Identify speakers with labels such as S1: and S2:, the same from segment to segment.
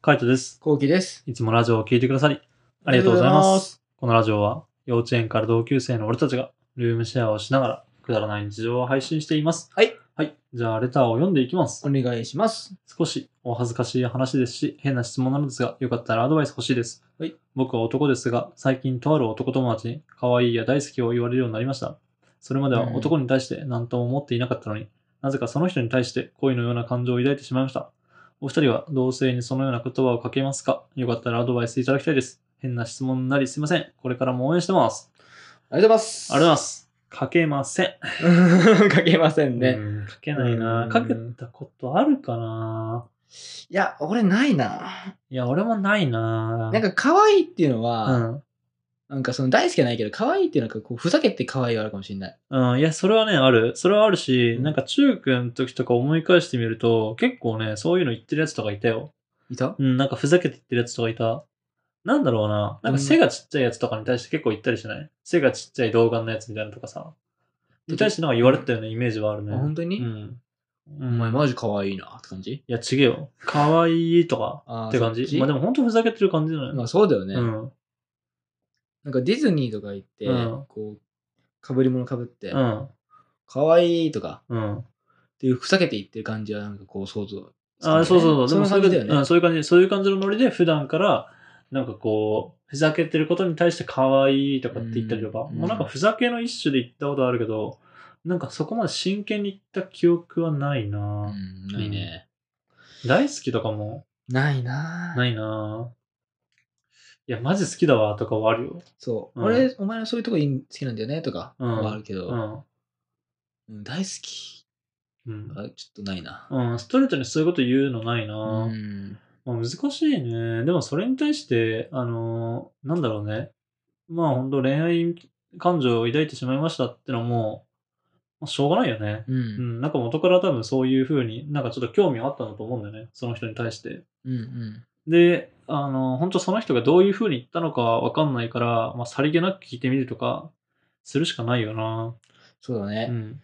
S1: カイトです。
S2: こうきです。
S1: いつもラジオを聞いてくださり、ありがとうございます。このラジオは、幼稚園から同級生の俺たちが、ルームシェアをしながら、くだらない日常を配信しています。
S2: はい。
S1: はい。じゃあ、レターを読んでいきます
S2: お。願いします。
S1: 少しお恥ずかしい話ですし、変な質問なのですが、よかったらアドバイス欲しいです。
S2: はい。
S1: 僕は男ですが、最近とある男友達に、可愛いや大好きを言われるようになりました。それまでは
S2: うん
S1: 男に対して何とも思っていなかったのに、なぜかその人に対して恋のような感情を抱いてしまいました。お二人は同性にそのような言葉をかけますかよかったらアドバイスいただきたいです。変な質問になりすいません。これからも応援してます。
S2: ありがとうございます。
S1: ありがとうございます。かけません。
S2: ます。 かけませんね。い
S1: うんかけないな
S2: うん
S1: かけたことあるかな
S2: や、俺ないな。
S1: いや、俺もないな
S2: なんか可愛いっていうのは、
S1: うん
S2: なんかその大好きじゃないけど、可愛いっていうのはこうふざけて可愛いはあるかもしれない。
S1: うん、いや、それはね、ある。それはあるし、
S2: うん
S1: なんか中学の時とか思い返してみると、結構ね、そういうの言ってるやつとかいたよ。
S2: いた
S1: うん、なんかふざけて言ってるやつとかいた。なんだろうな。なんか背がちっちゃいやつとかに対して結構言ったりしない背がちっちゃい童顔のやつみたいなのとかさ。に対してなんか言われたようなイメージはあるね。
S2: あ本当に、
S1: うん。お
S2: お前
S1: い
S2: マジ可愛いなって感じ
S1: や、ちげえよ。かわいいとか、
S2: あー
S1: って感
S2: そっ
S1: じ。
S2: ち
S1: まあでも本当ふざけてる感じじゃない、
S2: まあそうだよね、
S1: うん。
S2: なんかディズニーとか行って、
S1: うん
S2: こう、かぶり物かぶって、
S1: うん。
S2: 可愛いとか
S1: うん。
S2: っていうふざけて言ってる感じはなんかこう想像つくね、
S1: あーそうそうそう。で
S2: そん
S1: も
S2: な
S1: そういう
S2: 感じ
S1: 感
S2: だよ
S1: じ、
S2: ね。
S1: うん、そういう感じ、そういう感じのノリで普段から、なんかこう、ふざけてることに対して可愛いとかって言ったりとか、
S2: うん
S1: もうなんかふざけの一種で言ったことあるけど、なんかそこまで真剣に言った記憶はないな、
S2: うん、ないね。
S1: 大好きとかも
S2: ないな
S1: ないないや、マジ好きだわとかはあるよ。
S2: そう、
S1: うん
S2: 俺、お前のそういうとこいい好きなんだよねとか
S1: うん
S2: はあるけど、
S1: うん。
S2: うん大好き
S1: うん。
S2: はちょっとないな。
S1: うん、ストレートにそういうこと言うのないな、
S2: うん。
S1: まあ、難しいね。でもそれに対して、あのーなんだろうね。まあ本当恋愛感情を抱いてしまいましたってのも、まあ、しょうがないよね。
S2: う。
S1: うんん、なんか元から多分そういう風になんかちょっと興味があったんだと思うんだよね。その人に対して。
S2: うん。うん。
S1: で、あのー本当その人がどういう風に言ったのかわかんないから、まあさりげなく聞いてみるとか、するしかないよな。
S2: そうだ
S1: う
S2: ね。
S1: ん。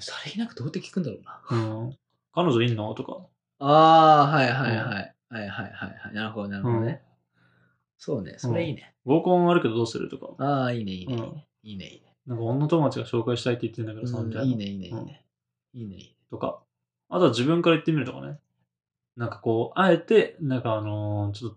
S2: さりげなくどうやって聞くんだろうな。
S1: うん。彼女いんのとか。
S2: ああ、はいはいはい。はいはいはいはい。なるほど、なるほど
S1: うん
S2: ね。そうね、それいいね。
S1: 合コンあるけどどうするとか。
S2: ああ、いいね、いいね
S1: うん。
S2: いいね、いいね。
S1: なんか女友達が紹介したいって言ってんだけどさ、みたい
S2: う
S1: な。
S2: んいいね、いいね、いいね。いいね、いいね。
S1: とか、あとは自分から言ってみるとかね。なんかこう、あえて、なんかあのーちょっと、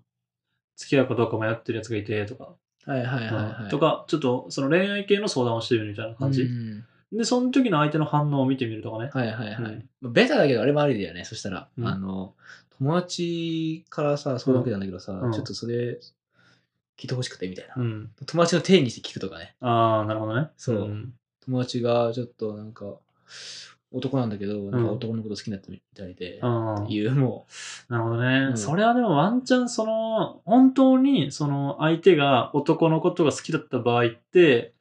S1: 付き合うかどうか迷ってるやつがいてとか、
S2: はいはいはいはい。
S1: とか、ちょっとその恋愛系の相談をしてみるみたいな感じ。
S2: うん
S1: で、その時の相手の反応を見てみるとかね。
S2: はいはいは
S1: う
S2: い
S1: ん。
S2: まあベタだけど、あれもありだよね。そしたら、
S1: うん
S2: あの、友達からさ、そういうわけなんだけどさ、
S1: うん
S2: ちょっとそれ、聞いてほしくてみたいな。
S1: うん。
S2: 友達の手にして聞くとかね。
S1: ああ、なるほどね。
S2: そうん友達がちょっとなんか、男なんだけど、なんか男のこと好きになってみたいで、
S1: ああ
S2: 言う、も
S1: なるほどね。
S2: うん
S1: それはでもワンチャン、その、本当に、その、相手が男のことが好きだった場合って、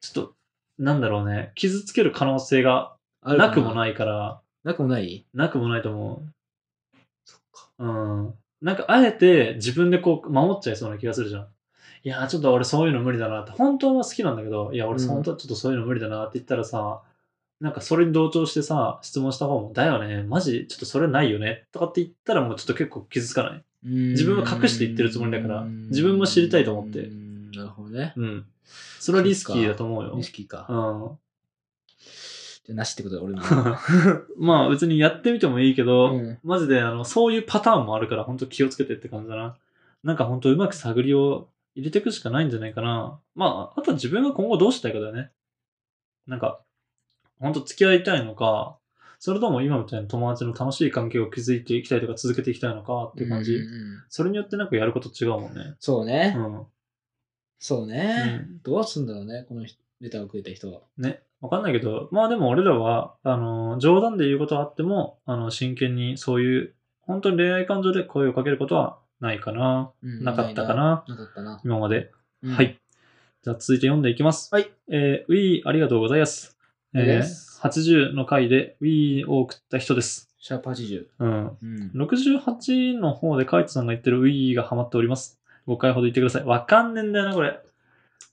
S1: ちょっと、なんだろうね、傷つける可能性が
S2: う、あるか
S1: なくも
S2: い。
S1: ないから、
S2: なくもない
S1: なくもないと思う。
S2: そっか。
S1: うんなんかあえて自分でこう守っちゃいそうな気がするじゃん。いやーちょっと俺そういうの無理だなって本当は好きなんだけどいや俺
S2: うん
S1: 本当はちょっとそういうの無理だなって言ったらさ、なんかそれに同調してさ質問した方も「だよねマジちょっとそれないよね」とかって言ったらもうちょっと結構傷つかない。
S2: 自
S1: 分は隠して言ってるつもりだから自分も知りたいと思って
S2: なるほどね。
S1: うん。それはリスキーだと思うよ
S2: 意。識か。
S1: うん、
S2: じゃあなしってことだ、俺も。
S1: まあ別にやってみてもいいけど、
S2: うん
S1: マジであのそういうパターンもあるから本当気をつけてって感じだな。なんか本当うまく探りを入れていくしかないんじゃないかな。まあ、あとは自分が今後どうしたいかだよね。なんか、本当付き合いたいのか、それとも今みたいな友達の楽しい関係を築いていきたいとか続けていきたいのかっていう感じ。
S2: うんうんうん
S1: それによってなんかやること違うもんね。
S2: そう
S1: う
S2: ね。
S1: ん。
S2: そうね
S1: うん。
S2: どうすんだろうね、この人レターをくれた人は。
S1: ね。わかんないけど、まあでも俺らは、あの、冗談で言うことはあっても、あの、真剣にそういう、本当に恋愛感情で声をかけることはないかな。
S2: うん
S1: なかったかな
S2: なかったな。
S1: 今まで。
S2: うん
S1: はい。。じゃあ続いて読んでいきます。
S2: はい。
S1: えー、ウィーありがとうございます。え
S2: で
S1: ー
S2: す、
S1: 80の回でウィーを送った人です。
S2: シャープ80。
S1: うん。
S2: うん。
S1: 68の方でカイトさんが言ってるウィーがハマっております。5回ほど言ってください。わかんねえんだよな、これ。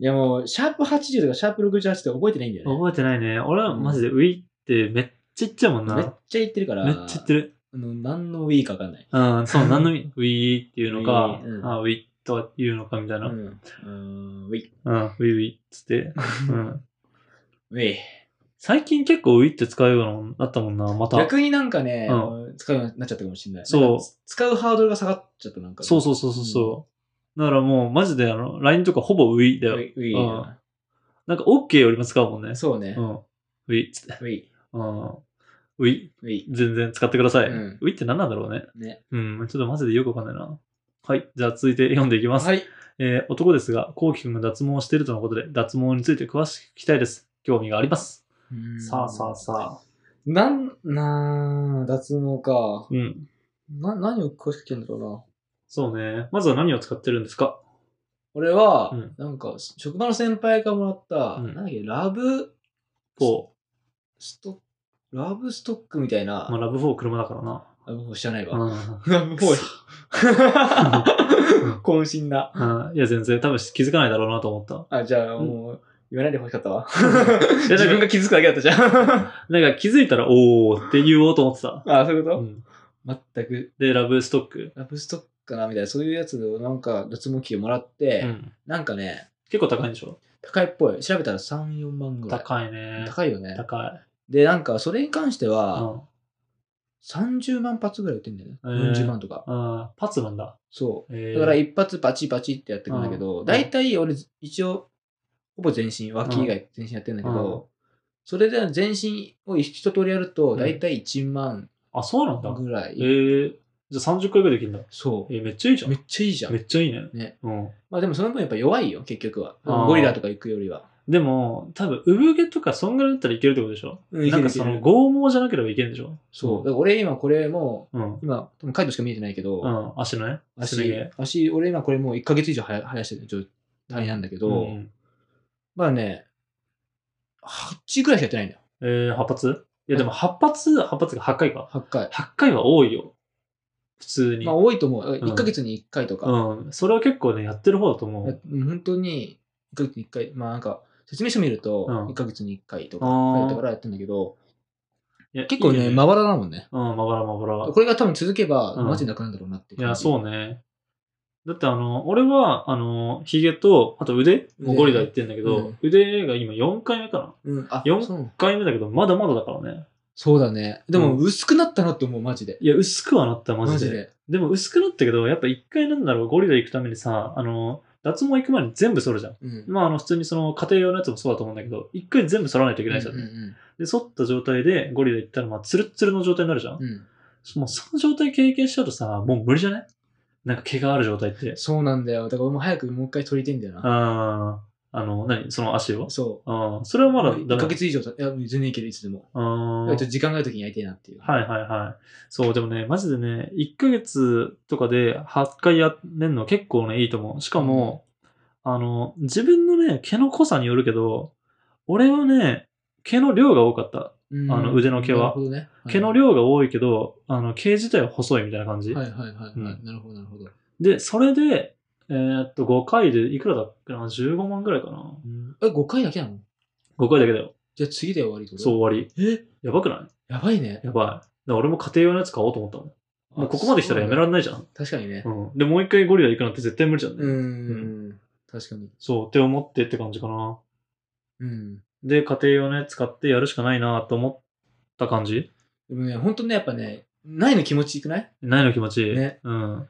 S2: いやもう、シャープ80とかシャープ68って覚えてないんだよね。
S1: 覚えてないね。俺はマジでウィーってめっちゃ言っちゃうもんな。
S2: めっちゃ言ってるから。
S1: めっちゃ言ってる。
S2: あの何のウィーかわかんない。
S1: うん、そう、何の意 味ウィーっていうのか、
S2: ウィーうん
S1: あウィとは言うのかみたいうな。うん、
S2: ん。うん、ウィ。
S1: ウィウィっつ って。うん、
S2: ウィ。
S1: 最近結構ウィって使うようなもんあったもんな、また。
S2: 逆になんかね、
S1: うん
S2: あの使うようになっちゃったかもしれない。
S1: そう
S2: なんか使うハードルが下がっちゃった、なんか。
S1: そうそうそうそうそう。だからもう、マジであの、LINE とかほぼウィだ
S2: ウ
S1: よ。
S2: ィ。ウィ
S1: うんなんか OK よりも使うもんね。
S2: そうね
S1: う。ん。ウィっつって。
S2: ウィ。
S1: うん。ウィ
S2: ウィ。
S1: 全然使ってください。
S2: うん
S1: ウィって何なんだろうね。
S2: ね。
S1: うん。ちょっとマジでよくわかんないな。はい。じゃあ続いて読んでいきます。
S2: はい。
S1: えー男ですが、こうきくんが脱毛をしているとのことで、脱毛について詳しく聞きたいです。興味があります。さあさあさあ。
S2: なん、なあ脱毛か。
S1: うん。
S2: な、何を詳しく聞けんだろうな。
S1: そうね。まずは何を使ってるんですか
S2: 俺は、
S1: うん
S2: なんか、職場の先輩からもらった、
S1: うん
S2: なんだっけ、ラブ
S1: 4。
S2: ストック、ラブストックみたいな、
S1: まあ、ラブ4車だからな。
S2: ラブフォー知らないわ。
S1: う
S2: ラブフォー渾身だ。
S1: ん。うん。いや、全然多分気づかないだろうなと思った。
S2: あ、じゃあもう、言わないでほしかったわ。
S1: いや
S2: 自分が気づくだけだったじゃん。
S1: なんか気づいたら、おーって言おうと思ってた。
S2: あ、そういうこ
S1: う
S2: と、
S1: ん。
S2: 全く、
S1: で、ラブストック。
S2: ラブストックかなみたいな、そういうやつをなんか脱毛器をもらって、
S1: うん。
S2: なんかね、
S1: 結構高いんでしょ
S2: 高いっぽい。調べたら3、4万ぐらい。
S1: 高いね。
S2: 高いよね。
S1: 高い。
S2: で、なんか、それに関して
S1: う
S2: は、
S1: ん。
S2: 30万発ぐらい打ってんだよね。
S1: へー
S2: 40万とか。
S1: あーパツなんだ。
S2: そ
S1: え
S2: う。
S1: ー
S2: だから、一発パチパチってやってくんだけ
S1: う
S2: ど、
S1: ん
S2: 大体俺、一応、ほぼ全身、脇以外全身やってんだけど、それで全身を一通りやると、
S1: うん
S2: 大体1万
S1: あ、そうなんだ。
S2: ぐら
S1: え
S2: い。
S1: ー、じゃあ30回ぐらいできるんだ。
S2: そ
S1: えーめっちゃいいじゃ
S2: う。
S1: ん。
S2: め
S1: めっ
S2: っちゃいいじゃん。
S1: ちゃいいね。
S2: ね。
S1: うん。
S2: まあでも、その分やっぱ弱いよ、結局は。
S1: あー
S2: ゴリラとか行くよりは。
S1: でも、多分、産毛とか、そんぐらいだったらいけるってことでしょ
S2: うん、いけ
S1: なんか
S2: るいけ
S1: その、
S2: る。
S1: 剛毛じゃなければいけるんでしょ
S2: そう。だから俺今これも
S1: うん。うん
S2: う、。今、多分カイトしか見えてないけど、
S1: うん。足のね。
S2: 足
S1: 爪毛、
S2: 足、俺今これもう1ヶ月以上はや生やしてる状態なんだけど、
S1: ん。
S2: まあね、8ぐらいしかやってないんだよ。
S1: えー、8発いや、でも8発、8発が8回か。
S2: 8回。
S1: 8回は多いよ。普通に。
S2: まあ多いと思う。
S1: ん
S2: 1ヶ月に1回とか。
S1: うん。それは結構ね、やってる方だと思
S2: や
S1: う。
S2: うん本当に1ヶ月に1回、まあなんか、説明書見ると
S1: うん
S2: 1ヶ月に1回とか、
S1: あー
S2: だったからやってんだけど、
S1: いや
S2: 結構
S1: いい
S2: ね、まばらだもんね。
S1: うん、まばらまばら
S2: こ。れが多分続けば、
S1: うん
S2: マジでなくなるんだろうなって
S1: いや、そう
S2: ね。
S1: ね。だってあの、俺は、あの、髭と、あと腕もうゴリラ言ってんだけど、
S2: うん
S1: 腕が今4回目かな
S2: うん、あ、
S1: 四
S2: そう
S1: 1回目だけど、まだまだだからね。
S2: そうだね。でも
S1: う
S2: 薄くなったなって思う、マジで。
S1: いや、薄くはなった、マジで。
S2: マジで。
S1: でも薄くなったけど、やっぱ1回なんだろう、ゴリラ行くためにさ、あの、脱毛行く前に全部剃るじゃん。
S2: うん。
S1: まあ、あの、普通にその家庭用のやつもそうだと思うんだけど、1回全部剃らないといけないじゃん。
S2: うんうん
S1: で、剃った状態でゴリラ行ったら、まあ、ツルッツルの状態になるじゃん。
S2: うんうん。
S1: もうその状態経験しちゃうとさ、もう無理じゃないなんか毛がある状態って。
S2: そうなんだよ。だから俺も早くもう一回取りてえんだよな。
S1: あーあの、何その足を
S2: そう。
S1: あーそれはまだ
S2: 1
S1: ダ
S2: ヶ
S1: メ。
S2: 月以上経っいや、全然いける、いつでも。
S1: あ
S2: ちょっと
S1: ー
S2: 時間がある時にやりたいなっていう。
S1: はいはいはい。そう、でもね、マジでね、1ヶ月とかで8回やれんの結構ね、いいと思う。しかも、あの、自分のね、毛の濃さによるけど、俺はね、毛の量が多かった。
S2: うん
S1: あの腕の毛は
S2: なるほどね。い
S1: 毛の量が多いけど、あの、毛自体は細いみたいな感じ。
S2: はいはいはいは
S1: う
S2: い。なるほど、なるほど。
S1: で、それで、えーっと、5回でいくらだっけな ?15 万ぐらいかな。
S2: え、5回だけなの
S1: 5回だけだよ。
S2: じゃあ次で終わりってこと
S1: そう終わり。
S2: え
S1: やばくない
S2: やばいね。
S1: やばい。だから俺も家庭用のやつ買おうと思ったもん。もうここまで来たらやめられないじゃん。
S2: あそうだね確かにね。
S1: うん。で、もう一回ゴリラ行くなんて絶対無理じゃんね。
S2: うーん。確かに。
S1: そう、って思ってって感じかな。
S2: うん。
S1: で、家庭用のやつ買ってやるしかないなと思った感じ
S2: でもね、本当ね、やっぱね、ないの気持ちいくない
S1: ないの気持ちいい。
S2: ね
S1: うん。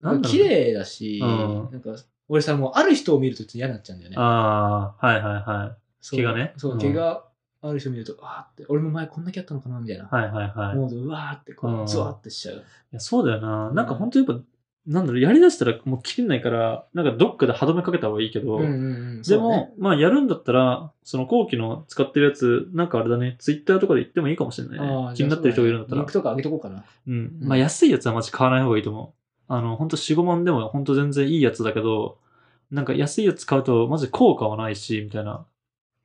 S2: なんか綺麗だし、
S1: うん
S2: なんか、俺さ、もうある人を見るとちょっと嫌になっちゃうんだよね。
S1: ああ、はいはいはい。
S2: そう
S1: 毛がね
S2: そうう、
S1: ん
S2: 毛がある人見ると、あーって、俺も前こんだけあったのかなみたいな。
S1: はいはいはい。い
S2: もううわーってこ
S1: うん
S2: う、ゾワーってしちゃう。
S1: やそうだよな。なんか本当やっぱ、なんだろう、やりだしたらもう切れないから、なんかどっかで歯止めかけた方がいいけど、
S2: うんうんうん。
S1: で
S2: そう
S1: も、
S2: ね、
S1: まあやるんだったら、その後期の使ってるやつ、なんかあれだね、ツイッターとかで言ってもいいかもしれないね、
S2: あー
S1: 気になってる人がいるんだった
S2: リ
S1: ら
S2: ンク。とか上げとこうかな。
S1: うん。
S2: うん
S1: まあ安いやつはマジ買わない方がいいと思う。あの、ほんと4、5万でもほんと全然いいやつだけど、なんか安いやつ買うとマジ効果はないし、みたいな。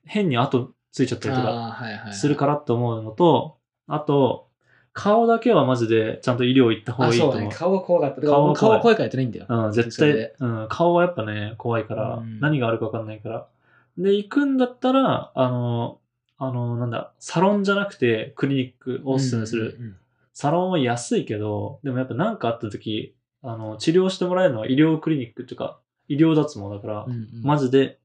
S1: 変に後ついちゃったりとか
S2: あー、はいはいはい。
S1: するからって思うのと、あと、顔だけはマジでちゃんと医療行った方が
S2: あ、
S1: いいと
S2: そう
S1: 思う。
S2: ね。顔は怖かった。
S1: 顔
S2: 顔
S1: は怖い
S2: は怖いからやってないんだよ。
S1: うん、絶
S2: それ
S1: 対
S2: で、
S1: うん、顔はやっぱね、怖いから、
S2: うん
S1: 何があるかわかんないから。で、行くんだったら、あの、あの、なんだ、サロンじゃなくてクリニックをおすすめする。
S2: うんうんうん。
S1: サロンは安いけど、でもやっぱ何かあった時、あの、治療してもらえるのは医療クリニックっていうか、医療脱毛だから、
S2: うんうん
S1: マジで、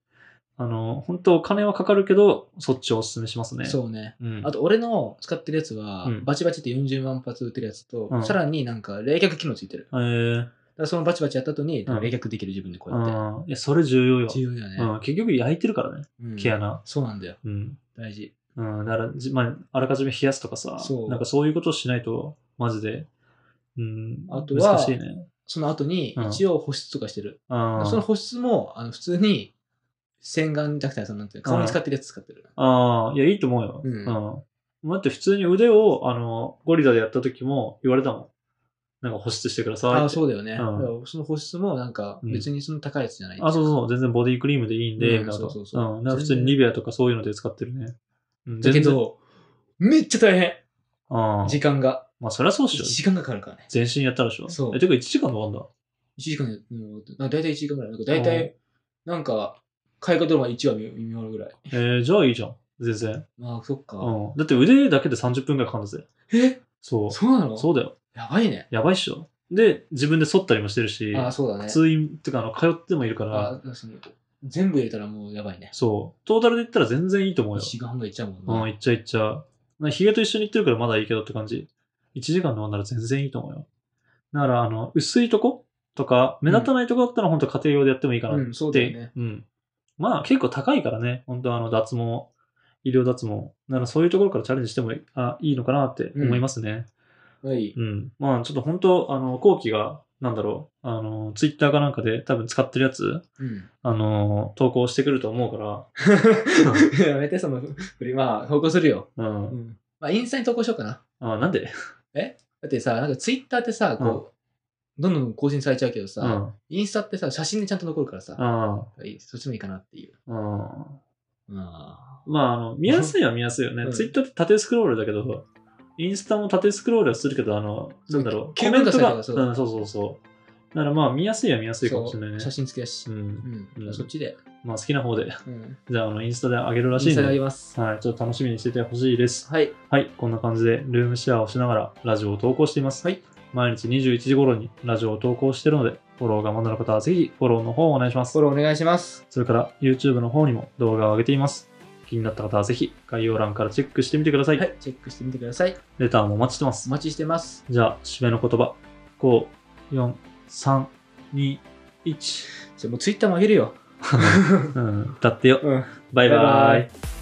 S1: あの、本当お金はかかるけど、そっちをおすすめしますね。う。
S2: そうね。
S1: うん。
S2: あと、俺の使ってるやつは、
S1: うん
S2: バチバチって40万発打てるやつと、
S1: うん
S2: さらになんか冷却機能ついてる。だ
S1: えー、
S2: からそのバチバチやった後に、
S1: うん
S2: 冷却できる自分でこうやって。
S1: うん。いや、それ重要よ。
S2: 重要だよ
S1: う
S2: ね
S1: ん。結局焼いてるからね、
S2: うん
S1: 毛穴。
S2: そうなんだよ。
S1: うん。
S2: 大事。
S1: うん。だから、じまあ、あらかじめ冷やすとかさ
S2: そ、う
S1: なんかそういうことをしないと、マジで、うん、
S2: あとは
S1: 難しいね。
S2: その後に
S1: うん、
S2: 一応保湿とかしてる。
S1: あ
S2: その保湿も、あの普通に、洗顔じゃなくて、そのなんていうの顔に使ってるやつ使ってる。
S1: ああ、いや、いいと思うよ。
S2: うん
S1: うん。だって普通に腕を、あの、ゴリラでやった時も言われたもん。なんか保湿してくださいって。
S2: ああ、そうだよね。
S1: ん
S2: だからその保湿も、なんか、
S1: うん
S2: 別にその高いやつじゃない。
S1: あ、そうそう、全然ボディクリームでいいんで、
S2: うん
S1: みたいなこと。。
S2: そうそうそうん
S1: だから普通に
S2: 全然
S1: ニベアとかそういうので使ってるね。うん、
S2: だ
S1: 全
S2: け
S1: 然。
S2: ど、めっちゃ大変。
S1: ああ。
S2: 時間が。
S1: まあ、そりゃそうっし
S2: 1
S1: ょ。
S2: 時間がかかるからね。
S1: 全身やったらでしょ。
S2: そう
S1: え、てか1時間もあんだ。
S2: 1時間で、うん、だいたい1時間ぐらい。なんかだいたい、なんか、海外ドラマ1話見見終わるぐらい。
S1: えー、じゃあいいじゃん。全然。
S2: まあ、そっか。
S1: うん。だって腕だけで30分くらいかかるんだぜ。
S2: え
S1: そう。
S2: そうなの
S1: そうだよ。
S2: やばいね。
S1: やばいっしょ。で、自分で剃ったりもしてるし、
S2: ああ、そうだね。
S1: 通院ってか、あの、通ってもいるから、
S2: あその全部入れたらもうやばいね。
S1: そう。トータルで言ったら全然いいと思う
S2: 1
S1: よ。
S2: 時間半ぐらいいっちゃうもん
S1: うん、いっちゃいっちゃう。ヒゲと一緒に行ってるからまだいいけどって感じ。1時間飲んだら全然いいと思うよ。だから、あの、薄いとことか、目立たないとこだったら本当家庭用でやってもいいかなって。
S2: うんそうだよね
S1: うん。まあ結構高いからね、本当あの、脱毛、医療脱毛。ならそういうところからチャレンジしてもいいあいいのかなって思いますね。
S2: はい。
S1: うん。まあちょっと本当、あの、後期が、なんだろう、あの、ツイッターかなんかで多分使ってるやつ、
S2: うん。
S1: あの、投稿してくると思うか
S2: やめて、その振り。まあ、投稿するよ。
S1: ら、うん。
S2: ん。まあ、インスタに投稿しようかな。
S1: あ、なんで
S2: だってさ、なんかツイッターってさ、こう、どんどん更新されちゃうけどさ、
S1: うん。あ
S2: インスタってさ、写真でちゃんと残るからさ、
S1: あ。
S2: そっちもいいかなっていう。
S1: うん
S2: あ
S1: まあ、あの、見やすいは見やすいよね。
S2: うん
S1: ツイッターって縦スクロールだけど、インスタも縦スクロールはするけど、あの、
S2: そ
S1: な
S2: うん
S1: だろう、
S2: 急
S1: コメントが、
S2: 分
S1: うん、
S2: 割さ
S1: そ
S2: れたから
S1: うそうそう。だからまあ、見やすいは見やすいかもしれないね。
S2: 写真付きだし
S1: う。ん。
S2: うん。
S1: うん
S2: そっちで。
S1: まあ、好きな方で、
S2: うん。
S1: じゃあ、あの、インスタで上げるら
S2: イ
S1: し
S2: ン
S1: い
S2: ス
S1: ん
S2: タであげ
S1: で、
S2: ます。
S1: はい、ちょっと楽しみにしててほしいです。
S2: はい。
S1: はい、こんな感じで、ルームシェアをしながら、ラジオを投稿しています。
S2: はい。
S1: 毎日21時頃にラジオを投稿しているので、フォローがまだの方はぜひ、フォローの方をお願いします
S2: フォ。ローお願いします。
S1: それから YouTube の方にも動画を上げています。気になった方はぜひ概要欄からチェックしてみてください。
S2: はい。チェックしてみてください。
S1: レターもお待ちしてま
S2: お
S1: す。
S2: 待ちしてます。
S1: じゃあ、締めの言葉。5、4、3、2、1。
S2: じゃあもうツイッターもあげるよ。
S1: うん、だってよ。
S2: うん。
S1: バイバ
S2: バイバ
S1: イ
S2: イ。